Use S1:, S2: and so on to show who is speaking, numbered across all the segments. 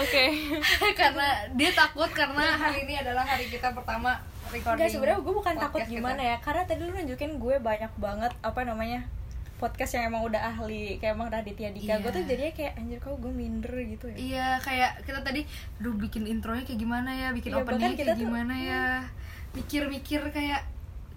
S1: Oke.
S2: karena dia takut karena hari ini adalah hari kita pertama recording.
S3: Enggak sebenarnya gue bukan
S2: podcast
S3: takut
S2: kita.
S3: gimana ya karena tadi lu nunjukin gue banyak banget apa namanya podcast yang emang udah ahli kayak emang Raditya Dika
S2: Iya.
S3: gue tuh jadinya kayak anjir kok gue minder gitu ya
S2: Iya, kayak kita tadi aduh bikin intronya kayak gimana ya, bikin
S3: Iya,
S2: openingnya
S3: bahkan kita
S2: kayak
S3: tuh- Hmm.
S2: gimana ya. Mikir-mikir kayak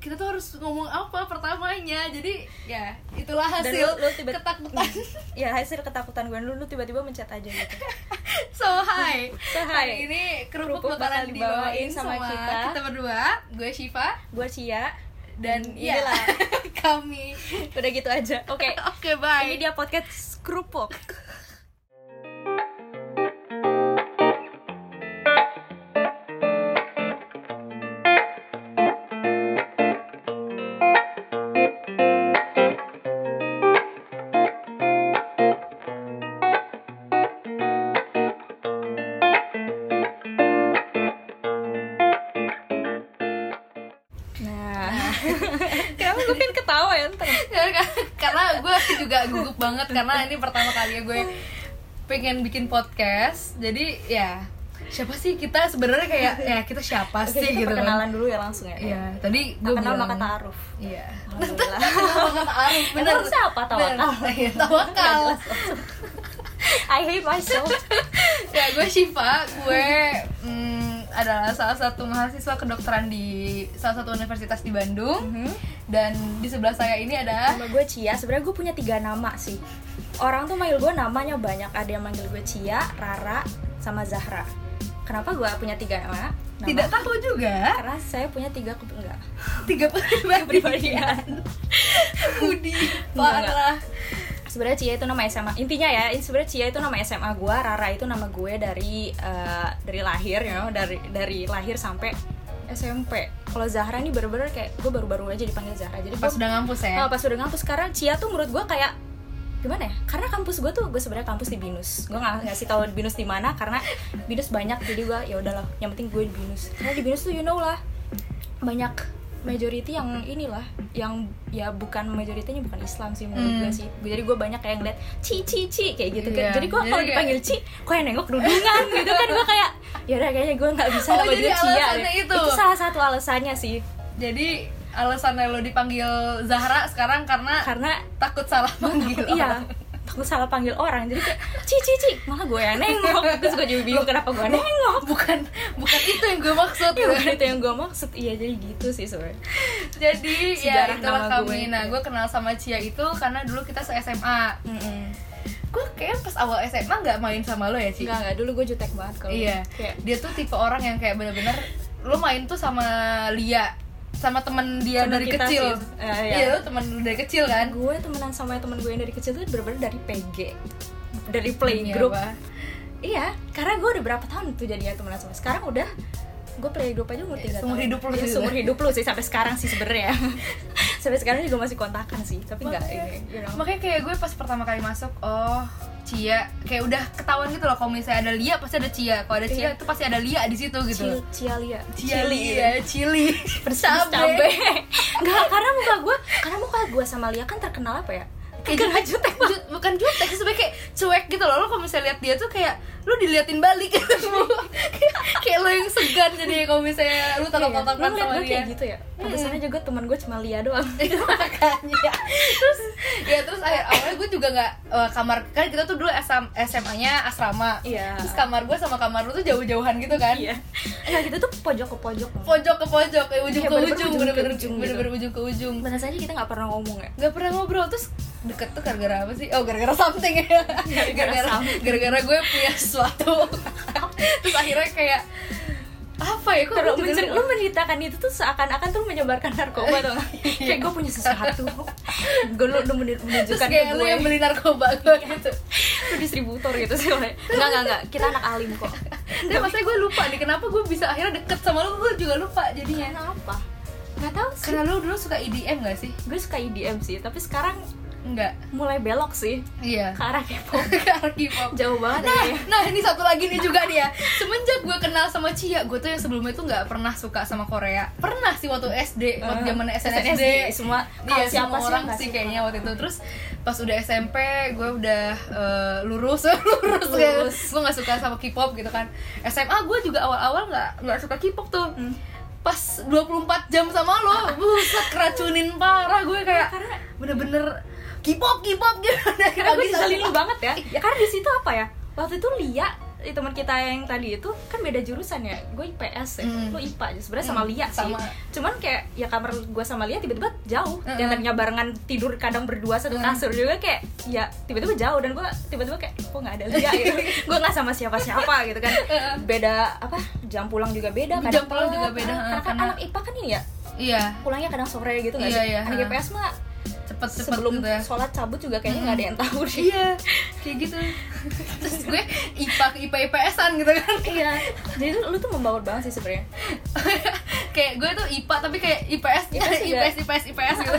S2: kita tuh harus ngomong apa pertamanya. Jadi ya itulah
S3: Dan
S2: hasil
S3: lu- lu tiba-
S2: ketakutan.
S3: ya hasil ketakutan gue lu, lu tiba-tiba mencet aja gitu
S2: so hi.
S3: So, hi.
S2: Hari ini kerupuk,
S3: Kerupuk bakal
S2: bakalan
S3: dibawain
S2: dibawain sama,
S3: sama kita.
S2: kita berdua, gue Shiva
S3: gue Cia dan
S2: dan ya,
S3: inilah
S2: kami.
S3: udah gitu aja oke
S2: Oke, bye.
S3: ini dia podcast kerupuk nah kenapa gue pengen ketawa ya ntar
S2: kan? karena gue juga gugup banget karena ini pertama kali ya gue pengen bikin podcast jadi ya siapa sih kita sebenarnya kayak ya kita siapa
S3: Oke,
S2: sih
S3: kita
S2: gitu kan.
S3: perkenalan dulu ya langsung ya
S2: Iya, tadi gue
S3: Tak kenal
S2: bilang
S3: maka ta'aruf
S2: Iya.
S3: Alhamdulillah
S2: Arif bener.
S3: Emang siapa tawakal?
S2: Bener. Iya, Tawakal.
S3: I hate myself
S2: Ya, gue Syifa, gue mm, adalah salah satu mahasiswa kedokteran di salah satu universitas di Bandung.
S3: Mm-hmm.
S2: Dan di sebelah saya ini ada
S3: Nama gue Cia, sebenarnya gue punya tiga nama sih Orang tuh manggil gue namanya banyak Ada yang manggil gue Cia, Rara, sama Zahra Kenapa gue punya tiga nama? Nama-
S2: tidak tahu juga
S3: Karena saya punya tiga ke... enggak
S2: tiga
S3: Kepribadian.
S2: kepribadian Budi parah
S3: Sebenarnya Cia itu nama SMA Intinya ya, ini sebenarnya Cia itu nama SMA gue Rara itu nama gue dari eh, dari lahir you know, dari, dari lahir sampai SMP Kalau Zahra ini bener-bener kayak Gue baru-baru aja dipanggil Zahra Jadi
S2: pas
S3: gue
S2: udah ngampus ya
S3: Oh, pas udah ngampus sekarang Cia tuh menurut gue kayak gimana ya? Karena kampus gue tuh gue sebenarnya kampus di Binus. Gue nggak ngasih tahu Binus di mana karena Binus banyak jadi gue ya udahlah. Yang penting gue di Binus. Karena di Binus tuh you know lah banyak majority yang inilah yang ya bukan majoritinya bukan Islam sih menurut
S2: Hmm.
S3: gue sih. Jadi gue banyak kayak ngeliat ci ci ci kayak gitu
S2: Iya.
S3: kan. Jadi gue
S2: Jadi
S3: kalau
S2: kayak-
S3: dipanggil ci, kok yang nengok dudungan gitu kan gue kayak ya udah kayaknya gue nggak bisa
S2: Oh,
S3: nama
S2: jadi
S3: dia Cia.
S2: alasannya
S3: deh."
S2: itu.
S3: itu salah satu alasannya sih
S2: jadi alasannya lo dipanggil Zahra sekarang karena
S3: karena
S2: takut salah panggil
S3: takut iya takut salah panggil orang jadi kayak ci ci ci malah gue yang nengok terus gue juga bingung kenapa gue nengok
S2: Oh, bukan bukan itu yang gue maksud
S3: ya bukan itu yang gue maksud iya jadi gitu sih sebenarnya
S2: jadi ya
S3: Sejarah
S2: itulah
S3: nama
S2: kami
S3: gue.
S2: nah gue kenal sama Cia itu karena dulu kita se SMA gue kayak pas awal SMA nggak main sama lo ya Ci
S3: enggak enggak dulu gue jutek banget kalau
S2: iya
S3: kayak
S2: dia tuh tipe orang yang kayak bener-bener lo main tuh sama Lia sama temen dia
S3: Temen
S2: dari
S3: kita
S2: kecil
S3: sih. Eh, iya.
S2: iya lo temen lu dari kecil kan
S3: gue temenan sama temen gue yang dari kecil tuh bener-bener dari PG dari playgroup
S2: Iya, Bah.
S3: iya karena gue udah berapa tahun tuh jadinya temenan sama sekarang udah gue playgroup aja umur tiga
S2: seumur
S3: tahun
S2: hidup lu
S3: Iya,
S2: sih.
S3: seumur hidup lu sih sampai sekarang sih sebenarnya sampai sekarang juga masih kontakan sih tapi enggak you know.
S2: makanya kayak gue pas pertama kali masuk oh Cia kayak udah ketahuan gitu loh kalau misalnya ada Lia pasti ada Cia kalau ada Cia
S3: Iya.
S2: itu pasti ada Lia di situ gitu
S3: Cil- Cialia
S2: Cili ya, Cili
S3: persis cabe nggak karena muka gue karena muka gue sama Lia kan terkenal apa ya terkenal jutek banget.
S2: Ju- bukan jutek sih sebenernya kayak cuek gitu loh lo kalau misalnya lihat dia tuh kayak lo diliatin balik gitu Kayak- kayak lo yang segan jadi kalau misalnya lo tatap
S3: Iya,
S2: tatapan
S3: lu ngeliat
S2: sama
S3: gue
S2: dia
S3: kayak gitu ya Pantesan aja gue teman gue cuma Lia doang
S2: Gitu makanya terus ya terus akhir awalnya gue juga nggak eh, kamar kan kita tuh dulu SMA nya asrama
S3: Iya.
S2: terus kamar gue sama kamar lu tuh jauh jauhan gitu kan
S3: iya nggak gitu tuh pojok ke pojok
S2: pojok ke pojok eh, ujung
S3: Iya,
S2: ke
S3: bener-bener
S2: ujung
S3: ujung ke
S2: bener-bener
S3: ujung gitu.
S2: bener-bener ujung ke ujung
S3: Bener saja kita nggak pernah ngomong ya
S2: nggak pernah ngobrol terus deket tuh gara-gara apa sih oh gara-gara something ya gara-gara
S3: something.
S2: gara-gara gue punya sesuatu terus akhirnya kayak apa ya kok
S3: Terus
S2: gue juga-
S3: mencer- lu menceritakan itu tuh seakan-akan tuh menyebarkan narkoba dong Kayak gue punya sesuatu Gue lu, lu men-
S2: terus
S3: menunjukkan
S2: kayak
S3: ke ya.
S2: lu
S3: gue Iya.
S2: yang beli narkoba gue gitu
S3: Lu distributor gitu sih Enggak, enggak, enggak Kita anak alim kok
S2: tapi maksudnya gue lupa nih kenapa gue bisa akhirnya deket sama lu gue juga lupa
S3: Iya.
S2: jadinya
S3: Kenapa? Gak tau sih E
S2: karena lu dulu suka EDM gak sih
S3: gue suka EDM sih tapi sekarang
S2: Enggak.
S3: mulai belok sih
S2: Iya.
S3: ke arah K-pop
S2: Ke arah K-pop.
S3: jauh banget
S2: Nah,
S3: ya
S2: nah ini satu lagi nih juga dia. Semenjak gue kenal sama Cia, gue tuh yang sebelumnya tuh nggak pernah suka sama Korea. Pernah sih waktu SD,
S3: Ah,
S2: waktu zaman SNSD.
S3: semua
S2: Iya,
S3: kalau siapa
S2: semua
S3: sih
S2: orang
S3: yang nggak
S2: sih
S3: suka?
S2: kayaknya waktu itu. Terus pas udah SMP, gue udah eh, lurus, lurus,
S3: Lurus.
S2: Gue nggak suka sama K-pop gitu kan. SMA gue juga awal-awal nggak nggak suka K-pop tuh.
S3: Hmm.
S2: Pas 24 jam sama lo, buset keracunin parah gue kayak
S3: karena
S2: bener-bener K-pop, K-pop gitu.
S3: karena gue ngeselin lu banget ya
S2: Iya.
S3: ya karena di situ apa ya waktu itu Lia eh, teman kita yang tadi itu kan beda jurusan ya gue IPS ya
S2: Hmm.
S3: lu IPA aja sebenarnya sama
S2: Hmm,
S3: Lia sih
S2: sama. Hmm.
S3: cuman kayak ya kamar gue sama Lia tiba-tiba jauh
S2: Mm-mm.
S3: yang tadinya barengan tidur kadang berdua satu
S2: Mm.
S3: kasur juga kayak ya tiba-tiba jauh dan gue tiba-tiba kayak kok nggak ada Lia gitu gue nggak sama siapa-siapa gitu kan beda apa jam pulang juga beda
S2: Hmm.
S3: kadang
S2: Jam pulang
S3: telat.
S2: juga beda, hmm,
S3: karena, kan
S2: karena-
S3: anak IPA kan ini ya
S2: Iya,
S3: pulangnya kadang sore gitu nggak
S2: Iya,
S3: sih
S2: iya,
S3: anak
S2: ha.
S3: IPS mah
S2: cepet-cepet
S3: sebelum
S2: gitu ya.
S3: sholat cabut juga kayaknya nggak ada yang tahu sih
S2: Iya, kayak gitu. Terus gue IPA IPA IPS-an gitu kan.
S3: iya jadi tuh, lu tuh membaur banget sih sebenarnya
S2: kayak gue tuh IPA tapi kayak IPS
S3: IPS juga.
S2: IPS IPS IPS gitu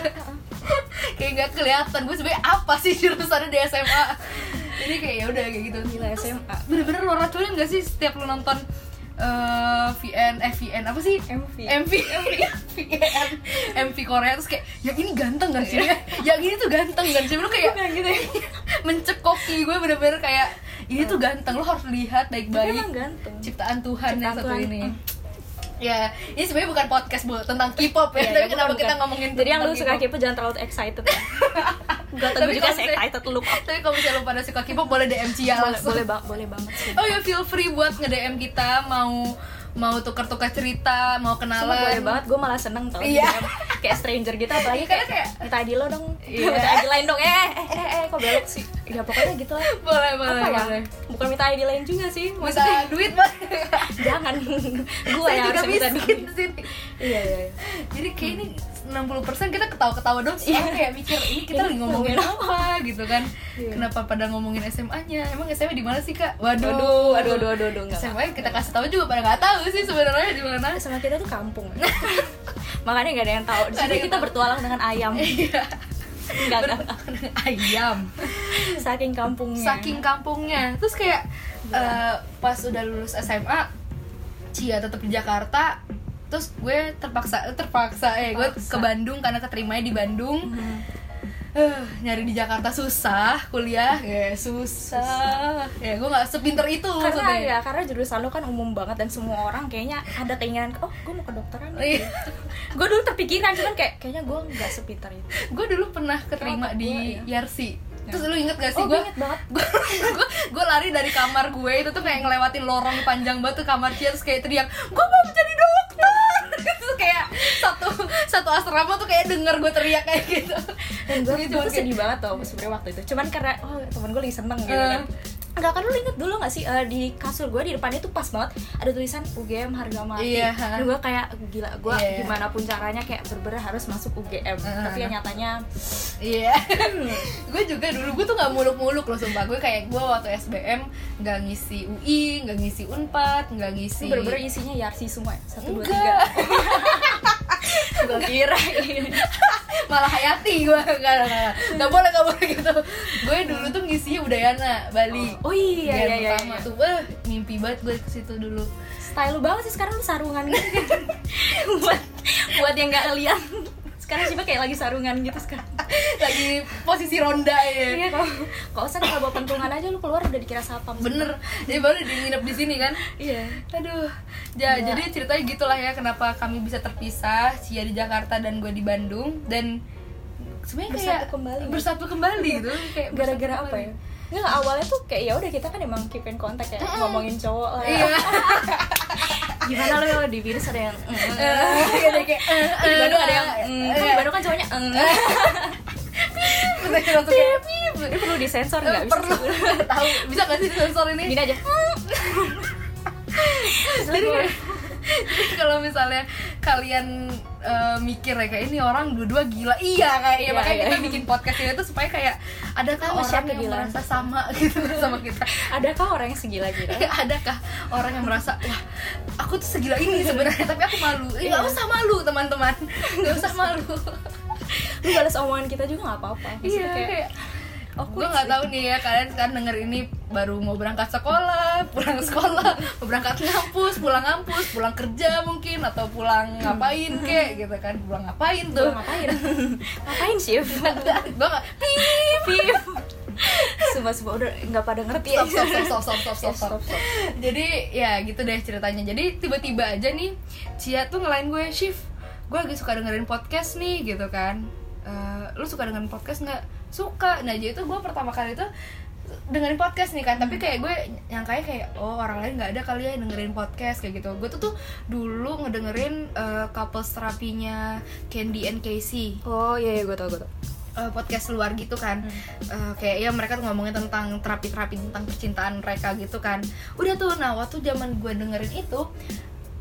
S3: Ah,
S2: kayak nggak kelihatan gue sebenarnya apa sih jurusannya di SMA jadi kayak ya udah kayak gitu
S3: Gila,
S2: Terus
S3: SMA.
S2: bener-bener lo racunin gak sih setiap lo nonton eh VN eh VN apa sih
S3: MV.
S2: MV VN MV Korea terus kayak yang ini ganteng kan sih
S3: Iya.
S2: yang ini tuh ganteng kan sih lo kayak
S3: Bukan gitu ya
S2: mencekoki gue bener-bener kayak ini tuh ganteng lo harus lihat
S3: tapi
S2: baik-baik
S3: emang ganteng
S2: ciptaan Tuhan
S3: Ciptaan ya
S2: yang satu
S3: Tuhan.
S2: ini.
S3: Mm.
S2: Ya, ini sebenarnya bukan podcast bu tentang K-pop ya,
S3: Iya, iya,
S2: tapi kenapa
S3: bukan,
S2: kita
S3: bukan.
S2: ngomongin
S3: jadi yang lu
S2: tentang
S3: suka K-pop jangan terlalu excited ya gue tunggu juga
S2: Tapi kalau
S3: sih
S2: misalnya-
S3: excited lu boleh
S2: Tapi kalau misalnya lu pada suka K-pop boleh DM Cia
S3: boleh,
S2: langsung.
S3: ba- boleh banget sih
S2: Oh ya feel free buat nge-DM kita mau mau tuker-tuker cerita, mau
S3: Cuma
S2: kenalan.
S3: boleh banget, gue malah seneng tau
S2: Iya.
S3: Kayak- Kayak stranger gitu, apalagi
S2: Iya, karena
S3: kayak, Minta adil lo dong,
S2: Iya.
S3: minta adil lain dong Eh, eh, eh, eh, kok belok sih Ya pokoknya gitu lah
S2: Boleh, boleh,
S3: Apa ya?
S2: boleh.
S3: Bukan minta adil lain juga sih
S2: Minta
S3: Maksudnya,
S2: duit boleh.
S3: jangan Gue
S2: Saya
S3: yang
S2: juga
S3: harus minta
S2: miskin
S3: duit
S2: di sini.
S3: Iya, iya, iya
S2: Jadi kayak ini 60% kita ketawa-ketawa doang sih
S3: Iya.
S2: kayak mikir ini kita lagi
S3: Ini
S2: ngomongin
S3: ngomongin
S2: apa gitu kan.
S3: Iya.
S2: Kenapa pada ngomongin SMA-nya? Emang SMA di mana sih, Kak?
S3: Aduh,
S2: Waduh,
S3: aduh, aduh, aduh, aduh, nggak
S2: SMA kita kasih tahu juga pada nggak tahu sih sebenarnya di mana.
S3: sama kita tuh kampung makanya nggak ada yang tahu di
S2: Nggak ada
S3: sini
S2: yang
S3: kita
S2: tahu.
S3: bertualang dengan ayam nggak nggak nggak.
S2: Ayam.
S3: saking kampungnya
S2: Saking kampungnya. Terus kayak
S3: Iya.
S2: eh, pas udah lulus SMA, Cia tetap di Jakarta. Terus gue terpaksa terpaksa eh gue
S3: Paksa.
S2: ke Bandung karena keterimanya di Bandung.
S3: Hmm.
S2: Eh, nyari di Jakarta susah, kuliah ya susah. Ya gue nggak sepinter itu
S3: karena
S2: maksudnya.
S3: ya karena jurusan lo kan umum banget dan semua orang kayaknya ada keinginan oh gue mau ke dokteran
S2: Iya.
S3: gue dulu terpikiran cuman kayak kayaknya gue nggak sepintar itu
S2: gue dulu pernah keterima
S3: Kenapa
S2: di
S3: gua ya?
S2: Yarsi terus lu inget gak
S3: oh
S2: sih
S3: gue
S2: gue
S3: inget banget
S2: gue gue lari dari kamar gue itu tuh kayak ngelewatin lorong panjang banget tuh kamar dia terus kayak teriak gue mau menjadi dokter terus kayak satu satu asrama tuh kayak denger gue teriak kayak gitu
S3: dan gue
S2: Jadi
S3: itu
S2: cuman
S3: tuh sedih banget tau sebenarnya waktu itu cuman karena oh temen gue lagi seneng gitu
S2: Eh.
S3: kan Enggak kan lu inget dulu gak sih eh, di kasur gue di depannya tuh pas banget ada tulisan UGM harga mati.
S2: Iya.
S3: Dan gue kayak gila gue
S2: Iya.
S3: gimana pun caranya kayak berber harus masuk UGM.
S2: Uh-huh.
S3: Tapi ya nyatanya
S2: iya gue juga dulu gue tuh nggak muluk-muluk loh sumpah gue kayak gue waktu SBM nggak ngisi UI nggak ngisi Unpad nggak ngisi
S3: itu berber isinya yarsi semua. ya? Satu dua tiga.
S2: Enggak.
S3: Gue kira.
S2: malah hayati gue nggak nggak, nggak nggak boleh nggak boleh gitu gue dulu tuh ngisinya udayana Bali
S3: Oh iya iya
S2: Yang
S3: iya.
S2: pertama tuh wah mimpi banget gue ke situ dulu
S3: Style lu banget sih sekarang lu sarungan gitu. buat buat yang nggak lihat sekarang coba kayak lagi sarungan gitu sekarang.
S2: lagi posisi ronda ya
S3: Iya kalau kalau usah kalau bawa pentungan aja lu keluar udah dikira satpam.
S2: bener jadi baru dia nginep di sini kan
S3: Iya.
S2: aduh ja,
S3: Iya.
S2: jadi ceritanya gitulah ya kenapa kami bisa terpisah Sia di Jakarta dan gue di Bandung dan sebenarnya kayak
S3: Bersatu kembali.
S2: bersatu kembali gitu kayak
S3: gara-gara
S2: bersatu
S3: apa ya Nggak, awalnya tuh kayak ya udah kita kan emang keep in contact ya ngomongin cowok lah
S2: kembali. iya
S3: gimana lo kalau di virus ada yang mm, mm. Kan
S2: Iya, dia kayak eh,
S3: di
S2: eh,
S3: Bandung ada yang
S2: eh,
S3: mm.
S2: eh.
S3: Kan di Bandung kan cowoknya mm.
S2: Bener, langsung kayak,
S3: ini perlu disensor nggak
S2: Eh,
S3: bisa
S2: perlu tahu bisa gak sih sensor ini
S3: gini aja
S2: Jadi kayak- jadi kalau misalnya kalian eh, mikir ya kayak ini orang dua-dua gila iya kayak
S3: Iya,
S2: makanya
S3: iya.
S2: kita bikin podcast ini tuh supaya kayak adakah
S3: Sama
S2: orang
S3: siapa
S2: yang
S3: gila?
S2: merasa sama gitu sama kita
S3: adakah orang yang segila-gila
S2: Eh, adakah orang yang merasa wah aku tuh segila ini sebenarnya tapi aku malu Eh, nggak
S3: Iya.
S2: usah malu teman-teman nggak usah malu
S3: lu balas omongan kita juga nggak apa-apa
S2: iya
S3: Maksudnya
S2: kayak
S3: awkward
S2: gue nggak
S3: sih.
S2: tahu nih ya kalian sekarang denger ini baru mau berangkat sekolah pulang sekolah mau berangkat ngampus pulang ngampus pulang kerja mungkin atau pulang ngapain kek gitu kan pulang ngapain
S3: Gua
S2: tuh
S3: ngapain ngapain shift
S2: gue nggak pip
S3: pip sumpah sumpah udah nggak pada ngerti ya
S2: stop stop stop stop stop stop stop,
S3: Stop, stop.
S2: jadi ya gitu deh ceritanya jadi tiba-tiba aja nih Cia tuh ngelain gue shift gue lagi suka dengerin podcast nih gitu kan Eh, lu suka dengerin podcast nggak suka nah jadi tuh gue pertama kali tuh dengerin podcast nih kan tapi kayak gue nyangkanya kayak oh orang lain nggak ada kali ya yang dengerin podcast kayak gitu gue tuh tuh dulu ngedengerin eh, couples terapinya Candy and Casey
S3: oh iya iya gue tau gue tau
S2: eh, podcast luar gitu kan
S3: Hmm.
S2: Eh, kayak ya mereka tuh ngomongin tentang terapi-terapi tentang percintaan mereka gitu kan udah tuh nah waktu zaman gue dengerin itu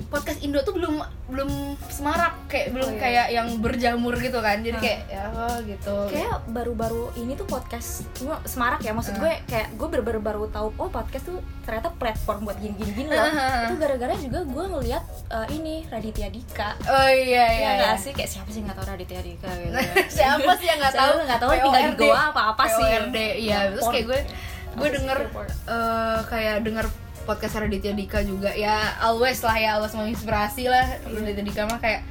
S2: podcast Indo tuh belum belum semarak kayak
S3: Oh,
S2: belum
S3: iya.
S2: kayak yang berjamur gitu kan jadi
S3: Hah.
S2: kayak ya oh, gitu
S3: kayak baru-baru ini tuh podcast gua semarak ya maksud gue kayak gue bener-bener baru tahu oh podcast tuh ternyata platform buat gini-gini loh
S2: Ah.
S3: itu gara-gara juga gue ngeliat eh, ini Raditya Dika
S2: oh iya iya,
S3: Iya
S2: iya.
S3: nggak sih kayak siapa sih nggak tahu Raditya Dika gitu
S2: siapa sih yang nggak
S3: Siapa
S2: tahu
S3: yang nggak tahu, tinggal di
S2: PORD.
S3: Goa apa apa sih.
S2: PORD, iya terus kayak gue gue
S3: Apa sih
S2: denger
S3: report?
S2: eh, kayak denger podcast Raditya Dika juga ya always lah ya always menginspirasi lah Raditya Dika mah kayak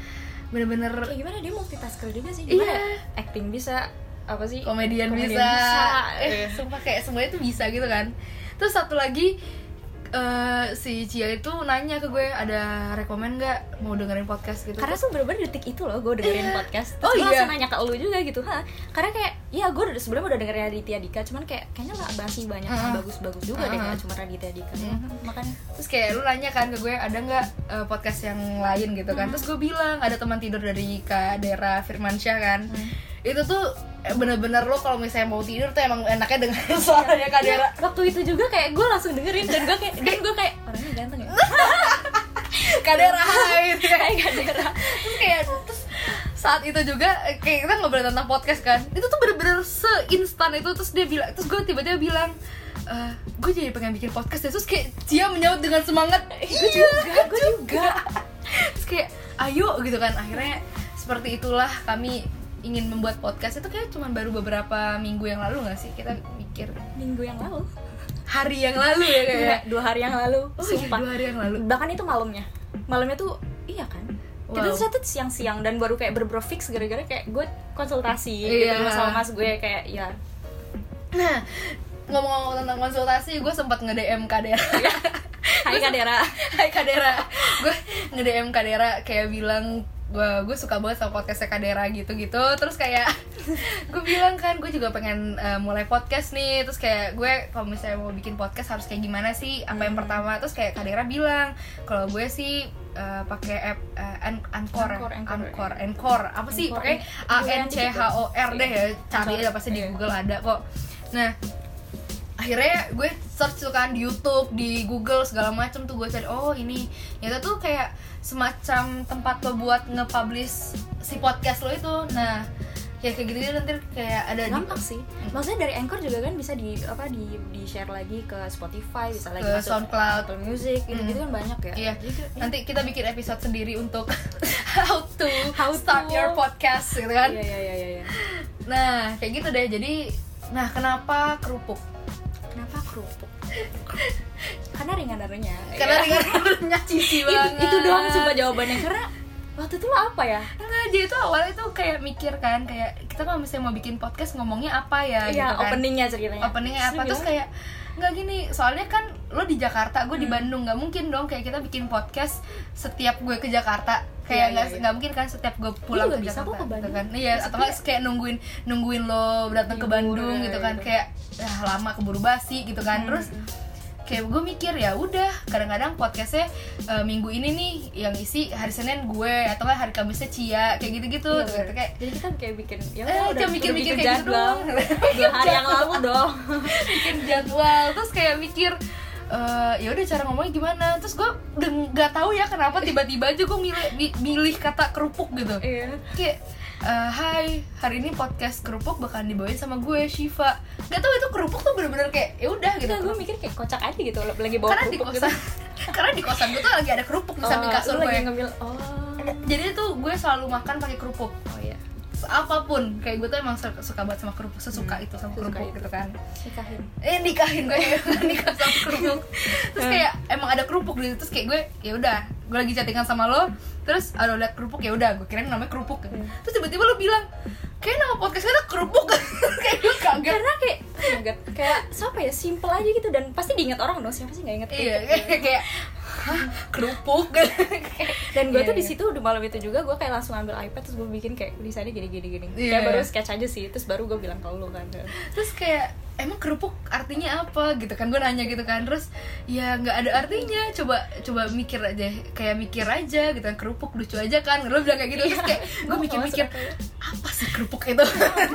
S2: bener-bener
S3: kayak gimana dia multitasker juga sih gimana
S2: Iya.
S3: acting bisa apa sih
S2: komedian, bisa, eh,
S3: Iya.
S2: sumpah kayak semuanya tuh bisa gitu kan terus satu lagi eh, si Cia itu nanya ke gue ada rekomend nggak mau dengerin podcast gitu
S3: karena tuh bener-bener detik itu loh gue dengerin
S2: Iya.
S3: podcast
S2: Oh,
S3: terus gue
S2: iya.
S3: langsung nanya ke lu juga gitu ha karena kayak ya gue udah sebenarnya udah dengerin Raditya Dika cuman kayak kayaknya lah masih banyak yang
S2: Mm.
S3: bagus-bagus juga deh
S2: Mm.
S3: nggak cuma Raditya Dika ya.
S2: Mm.
S3: makanya
S2: terus kayak lu nanya kan ke gue ada nggak eh, podcast yang lain gitu kan terus gue bilang ada teman tidur dari kak Dera Firmansyah kan itu tuh eh, bener-bener lo kalau misalnya mau tidur tuh emang enaknya dengerin suaranya kak
S3: Iya,
S2: Dera
S3: waktu itu juga kayak gue langsung dengerin dan gue kayak dan gue kayak orangnya ganteng ya
S2: kak Dera hai gitu kan.
S3: kayak gak ada
S2: terus kayak terus saat itu juga eh, kayak kita ngobrol tentang podcast kan itu tuh bener-bener seinstan itu terus dia bilang terus gue tiba-tiba bilang "Eh, gue jadi pengen bikin podcast deh." terus kayak dia menyaut dengan semangat
S3: gue juga gue
S2: Iya,
S3: juga
S2: terus kayak ayo gitu kan akhirnya seperti itulah kami ingin membuat podcast itu kayak cuman baru beberapa minggu yang lalu nggak sih kita mikir
S3: minggu yang lalu
S2: hari yang lalu ya
S3: Enggak,
S2: kayak
S3: dua hari yang lalu
S2: Oh, iya,
S3: sumpah
S2: dua hari yang lalu
S3: bahkan itu malamnya malamnya tuh iya kan
S2: Wow.
S3: itu satu siang-siang dan baru kayak berber fix gara-gara kayak gue konsultasi
S2: Iya.
S3: gitu sama mas gue kayak ya
S2: nah ngomong-ngomong tentang konsultasi gue sempat nge DM Kadera
S3: Hai Kadera
S2: Hai Kadera, gue nge-DM Kadera kayak bilang gue gue suka banget sama podcastnya Kadera gitu-gitu terus kayak gue bilang kan gue juga pengen eh, mulai podcast nih terus kayak gue kalau misalnya mau bikin podcast harus kayak gimana sih apa
S3: Hmm.
S2: yang pertama terus kayak Kadera bilang kalau gue sih eh, pakai app eh, An- Anchor ya?
S3: Anchor, Anchor.
S2: Anchor Anchor. apa sih
S3: Anchor, eh,
S2: pakai A
S3: Anchor.
S2: N C H O R deh ya cari aja pasti di
S3: Iya.
S2: Google ada kok nah akhirnya gue search tuh kan di YouTube di Google segala macem tuh gue cari oh ini itu tuh kayak semacam tempat lo buat nge-publish si podcast lo itu nah ya kayak gitu gitu nanti kayak ada di
S3: gampang sih maksudnya dari anchor juga kan bisa di apa di di share lagi ke Spotify bisa lagi
S2: Ke
S3: masuk
S2: SoundCloud.
S3: Apple Music gitu gitu kan banyak ya
S2: Iya,
S3: Jadi kayak-
S2: nanti kita bikin episode sendiri untuk how to
S3: How
S2: start
S3: to.
S2: your podcast gitu kan.
S3: iya iya iya iya, iya
S2: Nah, kayak gitu deh. Jadi, nah kenapa kerupuk?
S3: kenapa kerupuk karena ringan darunya
S2: Karena ringan-ringannya cici
S3: Iya. itu,
S2: banget.
S3: itu doang sumpah jawabannya karena waktu itu lo apa ya
S2: Enggak, dia itu awalnya tuh kayak mikir kan, kayak kita kalau misalnya mau bikin podcast ngomongnya apa
S3: Iya,
S2: ya gitu kan.
S3: openingnya ceritanya.
S2: Openingnya apa? Terus kayak nggak gini, soalnya kan lo di Jakarta, gue di
S3: Hmm.
S2: Bandung, nggak mungkin dong kayak kita bikin podcast setiap gue ke Jakarta
S3: Iya,
S2: kayak
S3: iya,
S2: nggak
S3: iya.
S2: nggak mungkin kan setiap gue pulang
S3: juga
S2: ke
S3: bisa
S2: Jakarta
S3: kok ke
S2: gitu
S3: Bandung.
S2: kan iya atau nggak kayak nungguin nungguin lo datang ke
S3: Libur,
S2: Bandung gitu kan
S3: gitu.
S2: kayak "Ah, lama keburu basi gitu
S3: Hmm.
S2: kan terus kayak gue mikir ya udah kadang-kadang podcastnya eh, minggu ini nih yang isi hari Senin gue atau nggak hari Kamisnya Cia kayak gitu-gitu
S3: Iya,
S2: gitu.
S3: bener.
S2: kayak
S3: jadi kita kayak bikin ya
S2: Eh,
S3: udah
S2: cuma mikir-mikir
S3: bikin
S2: kayak gitu
S3: jadwal.
S2: doang.
S3: dua hari yang lalu dong
S2: bikin jadwal terus kayak mikir eh ya udah cara ngomongnya gimana terus gue nggak tahu ya kenapa tiba-tiba aja gue milih mi- milih kata kerupuk gitu
S3: iya
S2: kayak eh, Hai, hari ini podcast kerupuk bakalan dibawain sama gue Shiva. Gak tau itu kerupuk tuh bener-bener kayak ya udah gitu.
S3: kita gue mikir kayak kocak aja gitu lagi bawa
S2: karena di
S3: kerupuk gitu.
S2: kosan, karena di kosan gue tuh lagi ada kerupuk di
S3: Oh,
S2: samping kasur
S3: lu lagi
S2: gue.
S3: ngambil oh
S2: Jadi tuh gue selalu makan pakai kerupuk.
S3: oh iya
S2: apapun kayak gue tuh emang suka, suka banget sama kerupuk sesuka itu sama
S3: Hmm. Sesuka
S2: kerupuk
S3: itu.
S2: gitu kan
S3: nikahin
S2: eh nikahin gue nikah sama kerupuk terus
S3: Hmm.
S2: kayak emang ada kerupuk gitu terus kayak gue ya udah gue lagi chattingan sama lo terus ada udah kerupuk ya udah gue kirain namanya kerupuk
S3: Hmm.
S2: terus tiba-tiba lo bilang kayak nama podcast kita kerupuk kayak gue kaget
S3: karena kayak oh my God, kayak siapa ya simple aja gitu dan pasti diingat orang dong siapa sih nggak gitu. inget
S2: iya kayak hah kerupuk
S3: dan gue
S2: Iya,
S3: tuh di
S2: iya.
S3: situ udah malam itu juga gue kayak langsung ambil iPad terus gue bikin kayak desainnya gini gini gini
S2: Iya,
S3: kayak baru
S2: iya.
S3: sketch aja sih terus baru gue bilang ke lu kan
S2: terus kayak emang kerupuk artinya apa gitu kan gue nanya gitu kan terus ya nggak ada artinya coba coba mikir aja kayak mikir aja gitu kan kerupuk lucu aja kan lo bilang kayak gitu terus kayak gue
S3: Iya. Gua
S2: mikir-mikir
S3: masuk akal.
S2: apa sih kerupuk itu